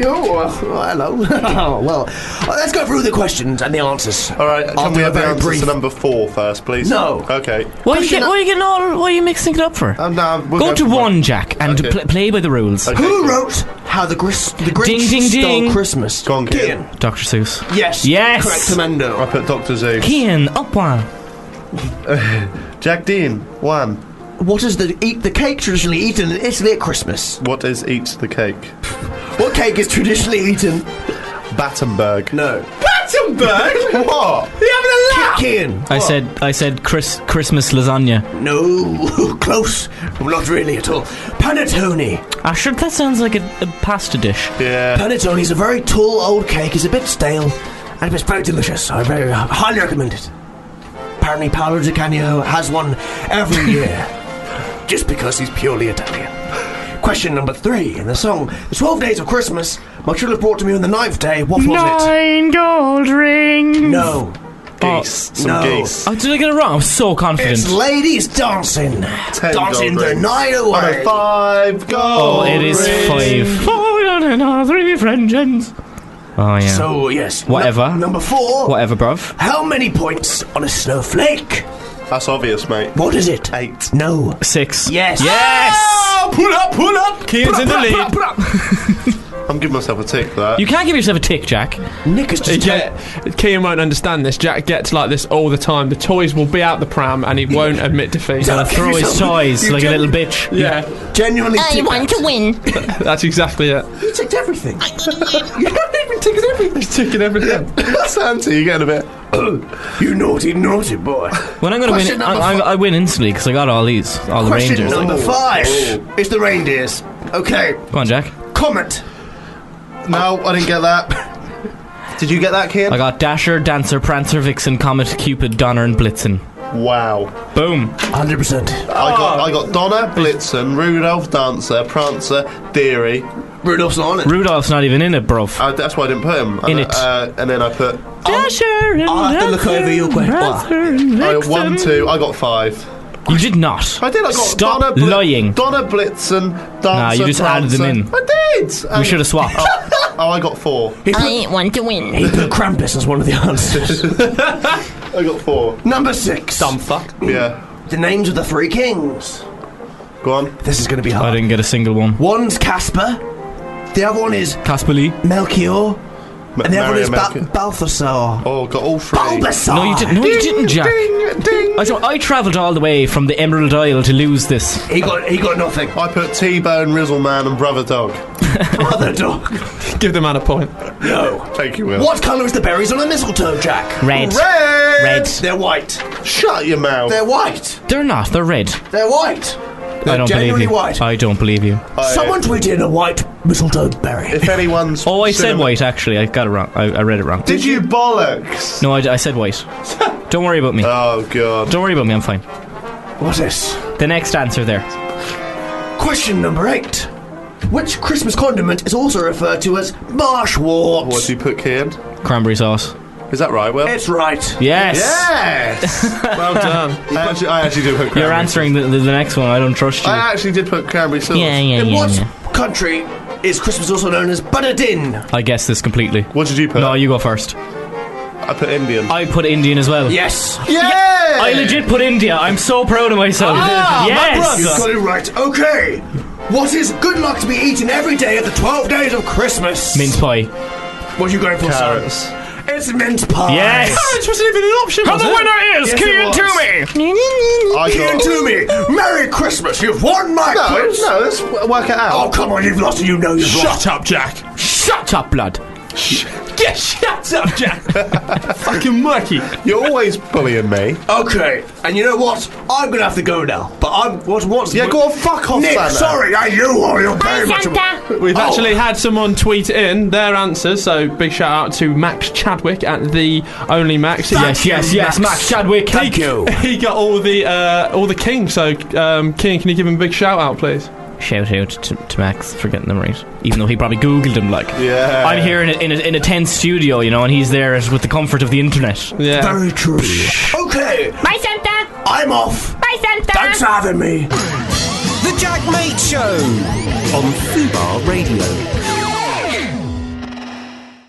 C: Oh, hello. Oh, well, uh, let's go through the questions and the answers.
B: All right,
C: I'll
B: can
C: do
B: we
C: a
B: have the
C: very
B: answers
C: brief-
B: to number four first, please?
C: No.
B: Okay.
E: Why are, you get, why are you getting all. Why are you mixing it up for?
B: Um, nah, we'll
E: Go to
B: for
E: one, Jack, and
B: Okay.
E: pl- play by the rules.
B: Okay.
C: Who wrote How the, Gris- the Grinch
E: Ding, ding,
C: Stole
E: ding.
C: Christmas?
B: Go on, Kian.
E: Dr. Seuss.
C: Yes.
E: Yes.
C: Correct, Amendo.
B: I put Doctor Zoo.
E: Kian, up one.
B: Jack Dean, one.
C: What is the eat the cake traditionally eaten in Italy at Christmas?
B: What is eat the cake?
C: What cake is traditionally eaten?
B: Battenberg.
C: No.
B: Battenberg? what?
C: Kian.
E: I said, I said, Chris, Christmas lasagna.
C: No. Close. Not really at all. Panettone.
E: Ah, sure, that sounds like a, a pasta dish.
B: Yeah.
C: Panettone is a very tall old cake. It's a bit stale, and it's very delicious. So I very I highly recommend it. Apparently, Paolo Di Canio has one every year, just because he's purely Italian. Question number three in the song "The Twelve Days of Christmas." My children brought to me on the ninth day. What was
F: Nine gold rings.
C: it? No,
B: Geese. Some
C: no.
B: geese.
E: Oh, did I get it wrong? I'm so confident.
C: it's ladies dancing,
B: Ten
C: dancing
B: gold
C: the
B: rings.
C: night
B: On
C: away.
B: a Five gold.
E: oh, it is five.
F: Four and another friend engines.
E: Oh, yeah.
C: So yes,
E: Whatever.
C: nu- number four.
E: Whatever, bruv.
C: How many points on a snowflake?
B: That's obvious, mate.
C: What is it?
B: Eight.
C: No.
E: Six.
C: Yes. Oh,
E: Yes!
B: Pull up, pull up.
E: Kian's in the lead.
B: I'm giving myself a tick for that.
E: You can't give yourself a tick, Jack.
C: Nick is just
G: Jack, Kian won't understand this. Jack gets like this all the time. The toys will be out the pram, and he won't admit defeat.
C: Don't give
E: Throw his
C: yourself-
E: toys
C: you
E: like a
C: gen-
E: little bitch.
G: yeah,
C: Genuinely,
I: I
C: ticked.
I: want to win.
G: that's exactly it.
C: you ticked everything. you haven't even ticked everything.
G: Ticking everything.
B: That's Anty. You're getting a bit.
C: you naughty, naughty boy.
E: When I'm gonna
C: Question
E: win, I,
C: number
E: I, I win instantly because I got all these, all the
C: Question
E: rangers.
C: number five
B: Oh.
C: is the reindeers. Okay,
E: Come on, Jack.
C: comet.
B: No, I didn't get that. Did you get that,
E: I
B: Kian?
E: got Dasher, Dancer, Prancer, Vixen, Comet, Cupid, Donner, and Blitzen.
B: Wow.
E: Boom.
C: 100%.
B: I got I got Donna, Blitzen, Rudolph, Dancer, Prancer, Deary.
C: Rudolph's not on it.
E: Rudolph's not even in it, bruv.
B: Uh, that's why I didn't put him. And,
E: In it.
B: Uh, and then I put
C: I'll have to look over your question. What?
B: I got one, two. I got five.
E: You did not.
B: I did. I got
E: Stop
B: Donna, Bli-
E: lying.
B: Donna Blitzen, Dancer.
E: Nah, you just added them
B: Prancer.
E: in.
B: I did.
E: we should have swapped.
B: Oh, I got four.
I: I want to win.
C: He put Krampus as one of the answers.
B: I got four.
C: number six.
G: fuck.
B: Yeah.
C: The names of the three kings.
B: Go on.
C: This is going to be
E: I
C: hard.
E: didn't get a single one.
C: One's Casper. The other one is
E: Casper Lee.
C: Melchior.
B: M-
C: And the other one
B: Mary
C: is ba-
B: America.
C: Balthasar.
B: oh, got all three.
C: Bulbasaur.
E: No, you didn't. No, you didn't, Jack.
B: Ah. Ding, ding.
E: I, so I travelled all the way from the Emerald Isle to lose this.
C: He got he got nothing.
B: I put T-Bone, Rizzle Man, and Brother Dog.
C: Brother dog.
G: Give the man a point.
C: No.
B: Thank you, Will.
C: What colour is the berries on a mistletoe, Jack?
H: Red.
B: Red.
H: Red.
C: They're white.
B: Shut your mouth.
C: They're white.
E: They're not. They're red.
C: They're white. They're
E: I don't believe
C: genuinely
E: you.
C: white.
E: I don't believe you.
B: I-
C: Someone tweeted in a white mistletoe berry.
B: If anyone's.
E: Oh, I said
B: cinema-
E: white. Actually, I got it wrong. I, I read it wrong.
B: Did you bollocks?
E: No, I, I said white. Don't worry about me.
B: Oh god.
E: Don't worry about me. I'm fine.
C: What's this?
E: The next answer there.
C: Question number eight. Which Christmas condiment is also referred to as marshwort?
B: What do you put, Kian?
E: Cranberry sauce.
B: Is that right, Will?
C: It's right.
E: Yes.
B: Yes.
G: Well done.
B: I actually, I actually did put. Cranberry. Uh.
E: You're answering the, the, the next one. I don't trust you.
B: I actually did put cranberry sauce.
H: Yeah, yeah,
C: In
H: yeah.
C: what
H: yeah.
C: country is Christmas also known as Butterdin?
E: I guess this completely.
B: What did you put?
E: No, you go first.
B: I put Indian.
E: I put Indian as well.
C: Yes.
B: yeah.
E: I legit put India. I'm so proud of myself. yes.
C: You got it right. Okay. What is good luck to be eaten every day of the 12 days of Christmas?
E: Mince pie.
C: What are you going for,
B: Carrots.
C: son? It's mint pie.
E: Yes.
G: Marriage wasn't even an option.
F: And
G: was
F: the
G: it?
F: winner is
B: Yes, it
F: Kean
B: was.
F: Toomey.
B: I
C: Give
B: got.
C: it to me. Merry Christmas. You've won my
B: No,
C: quiz.
B: no, let's w- work it
C: Oh,
B: out.
C: come on. You've lost. and You know you've lost.
G: Shut up, Jack.
E: Shut up, blood.
G: Yeah, shut up, Jack. Fucking murky.
B: You're always bullying me.
C: Okay. And you know what? I'm going to have to go now. But I'm. What, what's.
B: Yeah, go on, fuck off,
C: Nick,
B: Santa.
C: sorry. I you are. You're very much.
I: Santa.
G: We've
C: Oh.
G: actually had someone tweet in their answers, so big shout out to Max Chadwick at the only Max.
E: Yes, yes, yes, Max Chadwick.
C: Thank you.
G: He got all the uh, all the king. So um, King, can you give him a big shout out, please?
E: Shout out to, to Max for getting them right, even though he probably googled them. Like,
B: Yeah.
E: I'm here in a, in a in a tense studio, you know, and he's there with the comfort of the internet.
G: Yeah.
C: Very true. okay.
I: Bye, Santa.
C: I'm off.
I: Bye, Santa.
C: Thanks for having me.
A: The Jack Mate Show on Fubar Radio.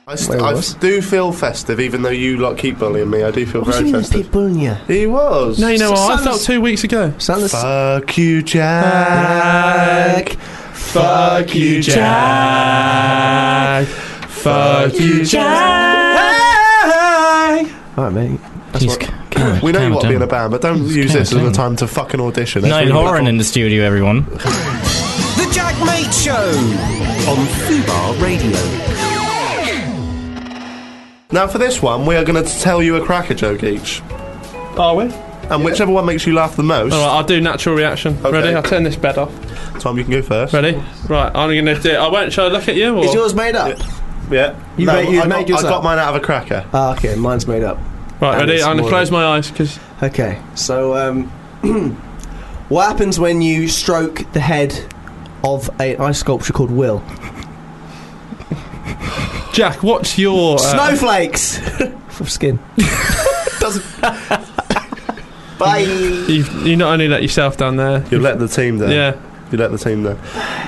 B: I, st- I f- do feel festive, even though you lot keep bullying me. I do feel very festive.
C: yeah.
B: He was.
G: No, you know what? I
C: Sounds-
G: felt two weeks ago.
B: Fuck you, Jack.
G: Fuck you, Jack. Fuck you, Jack.
C: All right, mate.
E: Jeez, c- calm-
B: We know
E: calm
B: you
E: it
B: want to be in a
E: down.
B: band, but don't use
E: calm
B: this
E: it
B: as a
E: down.
B: time to fucking audition. That's
E: Niall
B: really
E: Horan in the studio, everyone.
A: The Jack Mate Show on Fubar Radio.
B: Now, for this one, we are going to tell you a cracker joke each.
G: Are we? All
B: And whichever one makes you laugh the most,
G: right, I'll do natural reaction.
B: Okay.
G: Ready? I'll turn this bed off.
B: Tom, you can go first.
G: Ready? Right, I'm gonna do. I won't. Shall I look at you? Or?
C: Is yours made up?
B: Yeah.
C: You made- you
B: I,
C: made
B: got,
C: yours
B: I got
C: up.
B: mine out of a cracker.
C: Ah, okay, mine's made up.
G: right,
C: And
G: ready?
C: it's
G: I'm gonna
C: more
G: close my eyes because
C: Okay, so um, what happens when you stroke the head of an ice sculpture called Will?
G: Jack, what's your uh,
C: Snowflakes from skin.
B: Doesn't-
C: Bye.
G: You've, you not only let yourself down there.
B: You've let the team down.
G: Yeah,
B: You let the team down.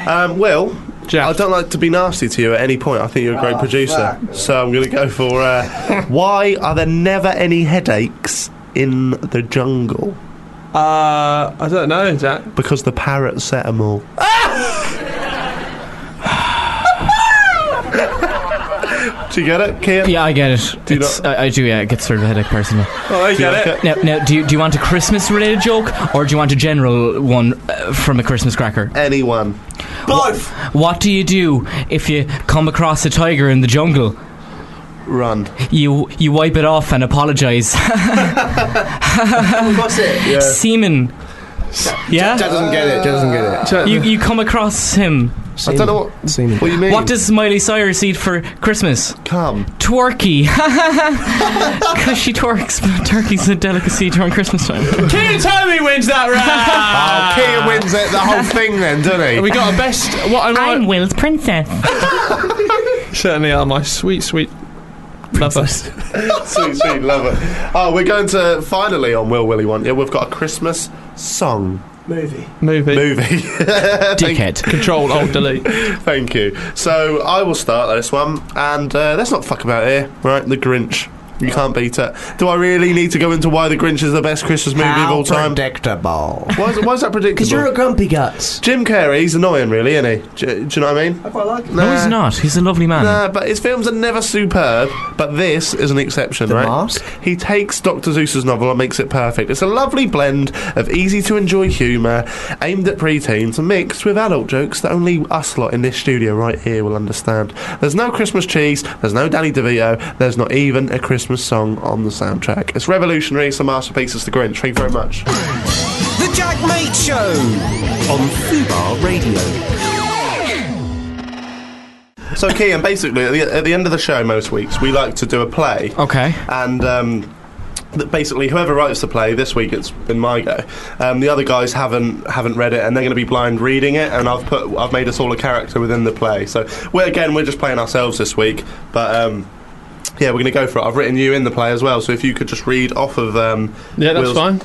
B: Um, Will, I
G: Jack.
B: don't like to be nasty to you at any point. I think you're a great
C: Oh,
B: producer. So I'm going to go for uh, Why are there never any headaches in the jungle?
G: Uh, I don't know, Jack.
B: Because the parrot set them all. Do you get it, Kian?
E: Yeah, I get it.
B: you
E: It's, I, I do. Yeah, it gets sort of a headache personally.
G: Oh, I
B: Do you like
G: get it.
E: Now, now, do you, do you want a Christmas-related joke or do you want a general one uh, from a Christmas cracker?
B: Anyone.
C: Both.
E: What do you do if you come across a tiger in the jungle?
B: Run.
E: You you wipe it off and apologise.
C: What's it?
B: Yeah.
E: Semen. Yeah,
C: doesn't get it. Doesn't get
E: Uh,
C: it.
G: Jack,
E: you you come across him.
B: I don't know what, what you mean.
E: What does Miley Cyrus eat for Christmas?
B: Come.
E: Twerky. Because she twerks, but turkey's a delicacy during Christmas time.
G: Kean Toby wins that
E: Ah.
G: round.
B: oh, Kian wins it, the whole thing then, doesn't he?
G: We got a best. What am
I: I'm
G: I?
I: Will's princess.
G: Certainly are my sweet, sweet lover.
B: sweet, sweet, love it. Oh, we're going to finally on Will Willie One. Yeah, we've got a Christmas song
C: Movie.
G: Movie.
B: movie.
E: Dickhead.
G: Control Alt Delete.
B: Thank you. So I will start this one, and uh, let's not fuck about here, right? The Grinch. You can't beat it. Do I really need to go into why The Grinch is the best Christmas movie of all time?
C: predictable.
B: Why is, why is that
C: Because
B: predictable?
C: you're a grumpy guts.
B: Jim Carrey, he's annoying, really, isn't he? Do, do you know what I mean?
C: I quite like it.
E: No, he's not. He's a lovely man.
B: Nah, Uh, but his films are never superb, but this is an exception,
C: The
B: right?
C: Mask?
B: He takes Dr. Zeus's novel and makes it perfect. It's a lovely blend of easy to enjoy humour, aimed at preteens, mixed with adult jokes that only us lot in this studio right here will understand. There's no Christmas cheese, there's no Danny DeVito, there's not even a Christmas song on the soundtrack. It's revolutionary, it's a masterpiece, it's the Grinch. Thank you very much.
A: The Jack Mate Show on Fubar Radio.
B: So, Kean, basically, at the, at the end of the show most weeks, we like to do a play.
E: Okay.
B: and um, th- basically whoever writes the play this week it's been my go um, the other guys haven't haven't read it and they're going to be blind reading it and I've put I've made us all a character within the play so we're again we're just playing ourselves this week but um, yeah we're going to go for it I've written you in the play as well so if you could just read off of um,
G: Yeah, that's
B: Will's-
G: fine.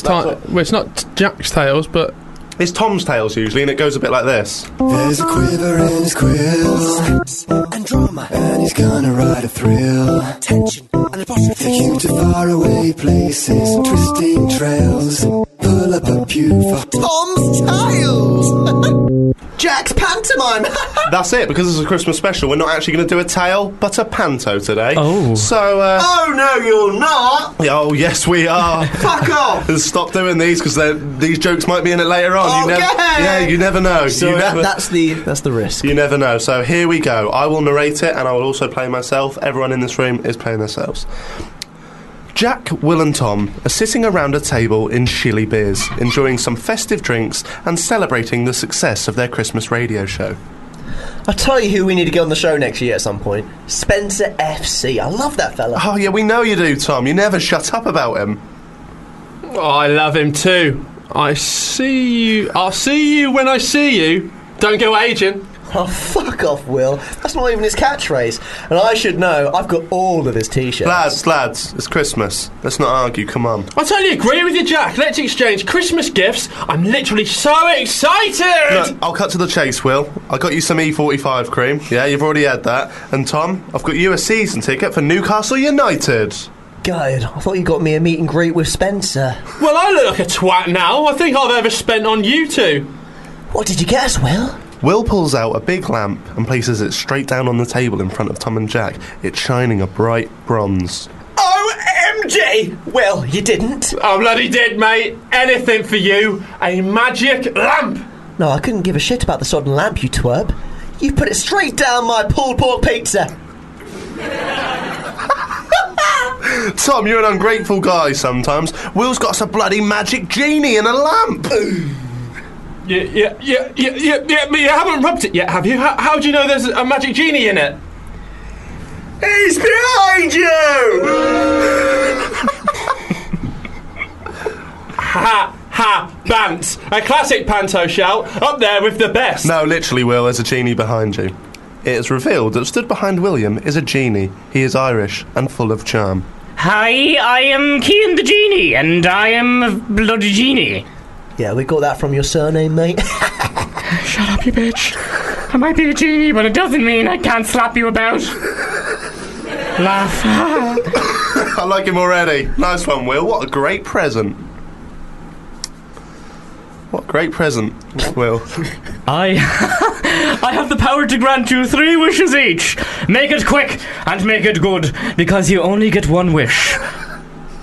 B: That's
G: time. Well, it's not Jack's tales, but
B: it's Tom's tales usually and it goes a bit like this
J: There's a quiver in his quill,
C: And drama.
J: and he's gonna ride a thrill.
C: Tension. And a bottle of
J: Take you to faraway places, twisting trails. Pull up a pew for
C: Tom's Tales.
K: Jack's pantomime.
B: That's it, because it's a Christmas special. We're not actually going to do a tale, but a panto today.
E: Oh.
B: So, uh,
K: oh no, you're not.
B: oh, yes, we are.
K: Fuck off.
B: And Stop doing these because these jokes might be in it later on. You never,
K: Okay.
B: yeah, you never know.
K: So
B: you, never,
K: that's the that's the risk.
B: you never know. So here we go. I will narrate it and I will also play myself. Everyone in this room is playing themselves. Jack, Will, and Tom are sitting around a table in Shilly Beers, enjoying some festive drinks and celebrating the success of their Christmas radio show.
C: I tell you who we need to get on the show next year at some point. Spencer FC. I love that fella.
B: Oh, yeah, we know you do, Tom. You never shut up about him.
G: Oh, I love him too. I see you. I'll see you when I see you. Don't go aging.
C: Oh, fuck off, Will. That's not even his catchphrase. And I should know. I've got all of his t-shirts.
B: Lads, lads, it's Christmas. Let's not argue, come on.
G: I totally agree with you, Jack. Let's exchange Christmas gifts. I'm literally so excited.
B: Look, I'll cut to the chase, Will. I got you some E45 cream. Yeah, you've already had that. And Tom, I've got you a season ticket for Newcastle United.
C: God, I thought you got me a meet and greet with Spencer.
G: Well, I look like a twat now. I think I've ever spent on you two.
C: What did you get us, Will?
B: Will pulls out a big lamp and places it straight down on the table in front of Tom and Jack. It's shining a bright bronze.
C: OMG! Well, you didn't.
G: I Oh, bloody did, mate. Anything for you. A magic lamp.
C: No, I couldn't give a shit about the sodden lamp, you twerp. You put it straight down my pulled pork pizza.
B: Tom, you're an ungrateful guy sometimes. Will's got us a bloody magic genie and a lamp.
G: Yeah, yeah, yeah, yeah, yeah, yeah, but you haven't rubbed it yet, have you? How, how do you know there's a magic genie in it?
B: He's behind you!
G: Ha, ha, bant. A classic panto shout, up there with the best.
B: No, literally, Will, there's a genie behind you. It is revealed that stood behind William is a genie. He is Irish and full of charm.
E: Hi, I am Kean the Genie, and I am a bloody genie.
C: Yeah, we got that from your surname, mate.
L: Shut up, you bitch. I might be a genie, but it doesn't mean I can't slap you about. Laugh.
B: I like him already. Nice one, Will. What a great present. What a great present, Will.
E: I. I have the power to grant you three wishes each. Make it quick and make it good, because you only get one wish.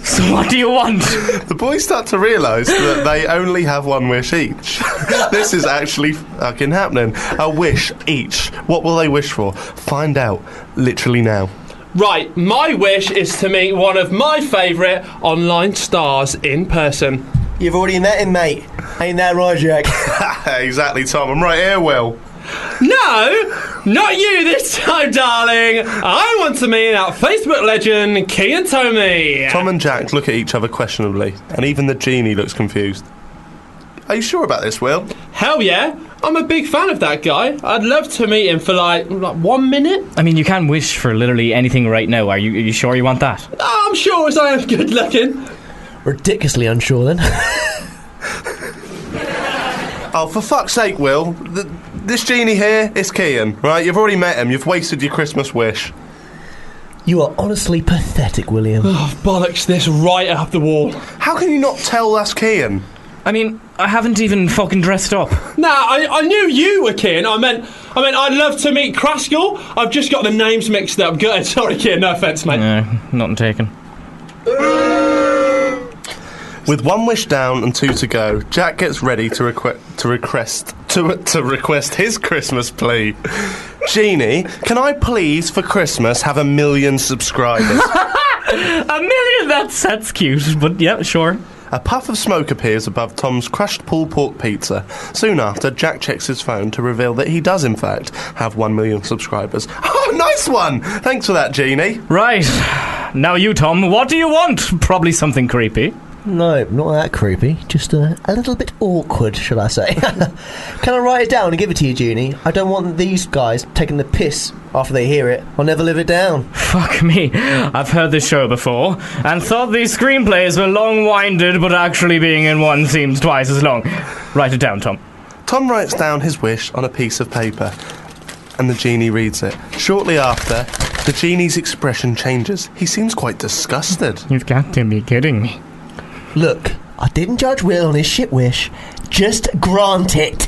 E: So what do you want?
B: the boys start to realise that they only have one wish each. this is actually fucking happening. A wish each. What will they wish for? Find out literally now.
G: Right, my wish is to meet one of my favourite online stars in person.
C: You've already met him, mate. Ain't that right, Jack?
B: exactly, Tom. I'm right here, Will.
G: No, not you this time, darling. I want to meet our Facebook legend, Kean Tomey.
B: Tom and Jack look at each other questionably, and even the genie looks confused. Are you sure about this, Will?
G: Hell yeah, I'm a big fan of that guy. I'd love to meet him for like, like one minute.
E: I mean, you can wish for literally anything right now. Are you, are you sure you want that?
G: I'm sure as I am good looking.
C: Ridiculously unsure then.
B: Oh, for fuck's sake, Will. Th this genie here is Kean, right? You've already met him. You've wasted your Christmas wish.
C: you are honestly pathetic, William.
G: Oh, bollocks this right up the wall.
B: How can you not tell that's Kean?
E: I mean, I haven't even fucking dressed up.
G: Nah, I, I knew you were Kean. I meant, I meant I'd love to meet Kraskell. I've just got the names mixed up. Good. Sorry, Kean. No offence, mate.
E: No, Uh, nothing taken.
B: With one wish down and two to go, Jack gets ready to, requ- to request to, to request his Christmas plea. Genie, can I please for Christmas have a million subscribers?
E: A million? That's, that's cute, but yeah, sure.
B: A puff of smoke appears above Tom's crushed pulled pork pizza. Soon after, Jack checks his phone to reveal that he does, in fact, have 1 million subscribers. Oh, nice one! Thanks for that, Genie.
E: Right. Now you, Tom, what do you want? Probably something creepy.
C: No, not that creepy. Just a, a little bit awkward, shall I say. Can I write it down and give it to you, Junie? I don't want these guys taking the piss after they hear it. I'll never live it down.
E: Fuck me. I've heard this show before and thought these screenplays were long winded, but actually being in one seems twice as long. Write it down, Tom.
B: Tom writes down his wish on a piece of paper, and the genie reads it. Shortly after, the genie's expression changes. He seems quite disgusted.
E: You've got to be kidding me.
C: Look, I didn't judge Will on his shit wish. Just grant it.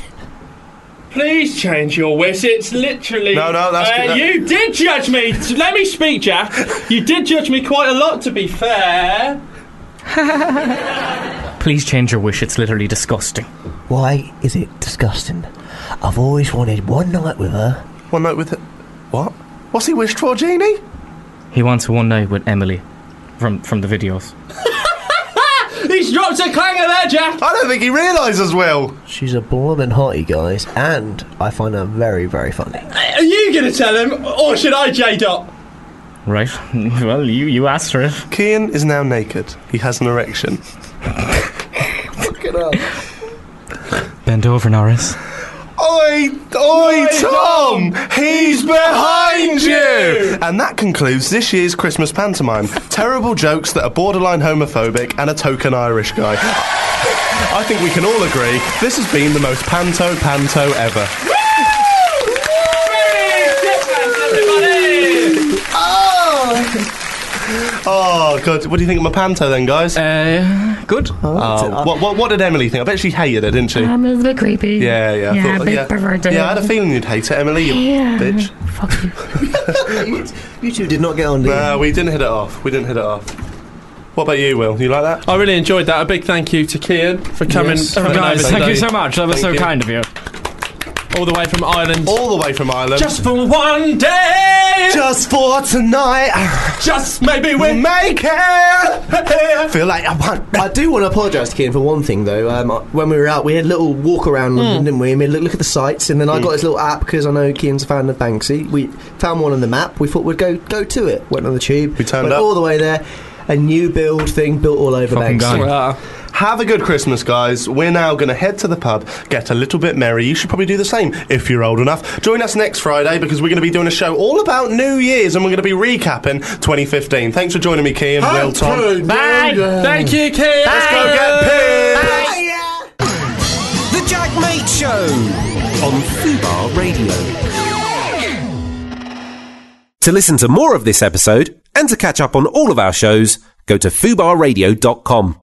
G: Please change your wish. It's literally.
B: No, no, that's
G: Uh,
B: good. That-
G: You did judge me. Let me speak, Jack. You did judge me quite a lot, to be fair.
E: Please change your wish, it's literally disgusting.
C: Why is it disgusting? I've always wanted one night with her.
B: One night with her? What? What's he wished for, Genie?
E: He wants one night with Emily from, from the videos.
G: He's dropped a clanger there, Jack.
B: I don't think he realises, Will.
C: She's a bloomin' hottie, guys, and I find her very, very funny.
G: Are you going to tell him, or should I, J Dot?
E: Right? Well, you, you asked for it.
B: Kian is now naked. He has an erection.
E: Bend over, Norris.
B: Oi, oi, Tom! He's behind you! And that concludes this year's Christmas pantomime. Terrible jokes that are borderline homophobic and a token Irish guy. I think we can all agree this has been the most panto panto ever. Oh god, what do you think of my panto then, guys?
E: Uh, good.
B: Oh, what, what, what did Emily think? I bet she hated it, didn't she?
I: I'm a little bit creepy.
B: yeah, yeah. I
I: Yeah,
B: thought-
I: a bit perverted.
B: yeah, I had a feeling you'd hate it, Emily, you
I: Yeah.
B: bitch.
C: you, you two did not get on, did you?
B: No, we didn't hit it off. We didn't hit it off. What about you, Will? You like that?
M: I really enjoyed that. A big thank you to Kian for coming.
B: Yes.
M: coming
B: Guys,
M: over
B: thank
M: today.
B: you so
E: much. That
B: was Thank so you. kind
E: of you.
M: All the way from Ireland.
B: All the way from Ireland.
M: Just for one day.
B: Just for tonight,
M: Just maybe we.
B: make it. Feel like I want.
C: I do want to apologise to Kian for one thing though. Um, I- when we were out, we had a little walk around
G: Hmm.
C: London, didn't we? And we had a look, look at the sights, and then I got this little app because I know Kian's a fan of Banksy. We found one on the map. We thought we'd go go to it. Went on the tube.
B: We turned
C: went
B: up.
C: all the way there. A new build thing built all over
E: Fucking
C: Banksy.
E: guy.
M: Uh,
B: Have a good Christmas, guys. We're now going to head to the pub, get a little bit merry. You should probably do the same if you're old enough. Join us next Friday because we're going to be doing a show all about New Year's and we're going to be recapping 2015. Thanks for joining me, Key and Will Tom.
M: Bye. Thank you, Kian.
B: Let's go get pissed.
A: The Jack Mate Show on Fubar Radio. To listen to more of this episode and to catch up on all of our shows, go to fubarradio.com.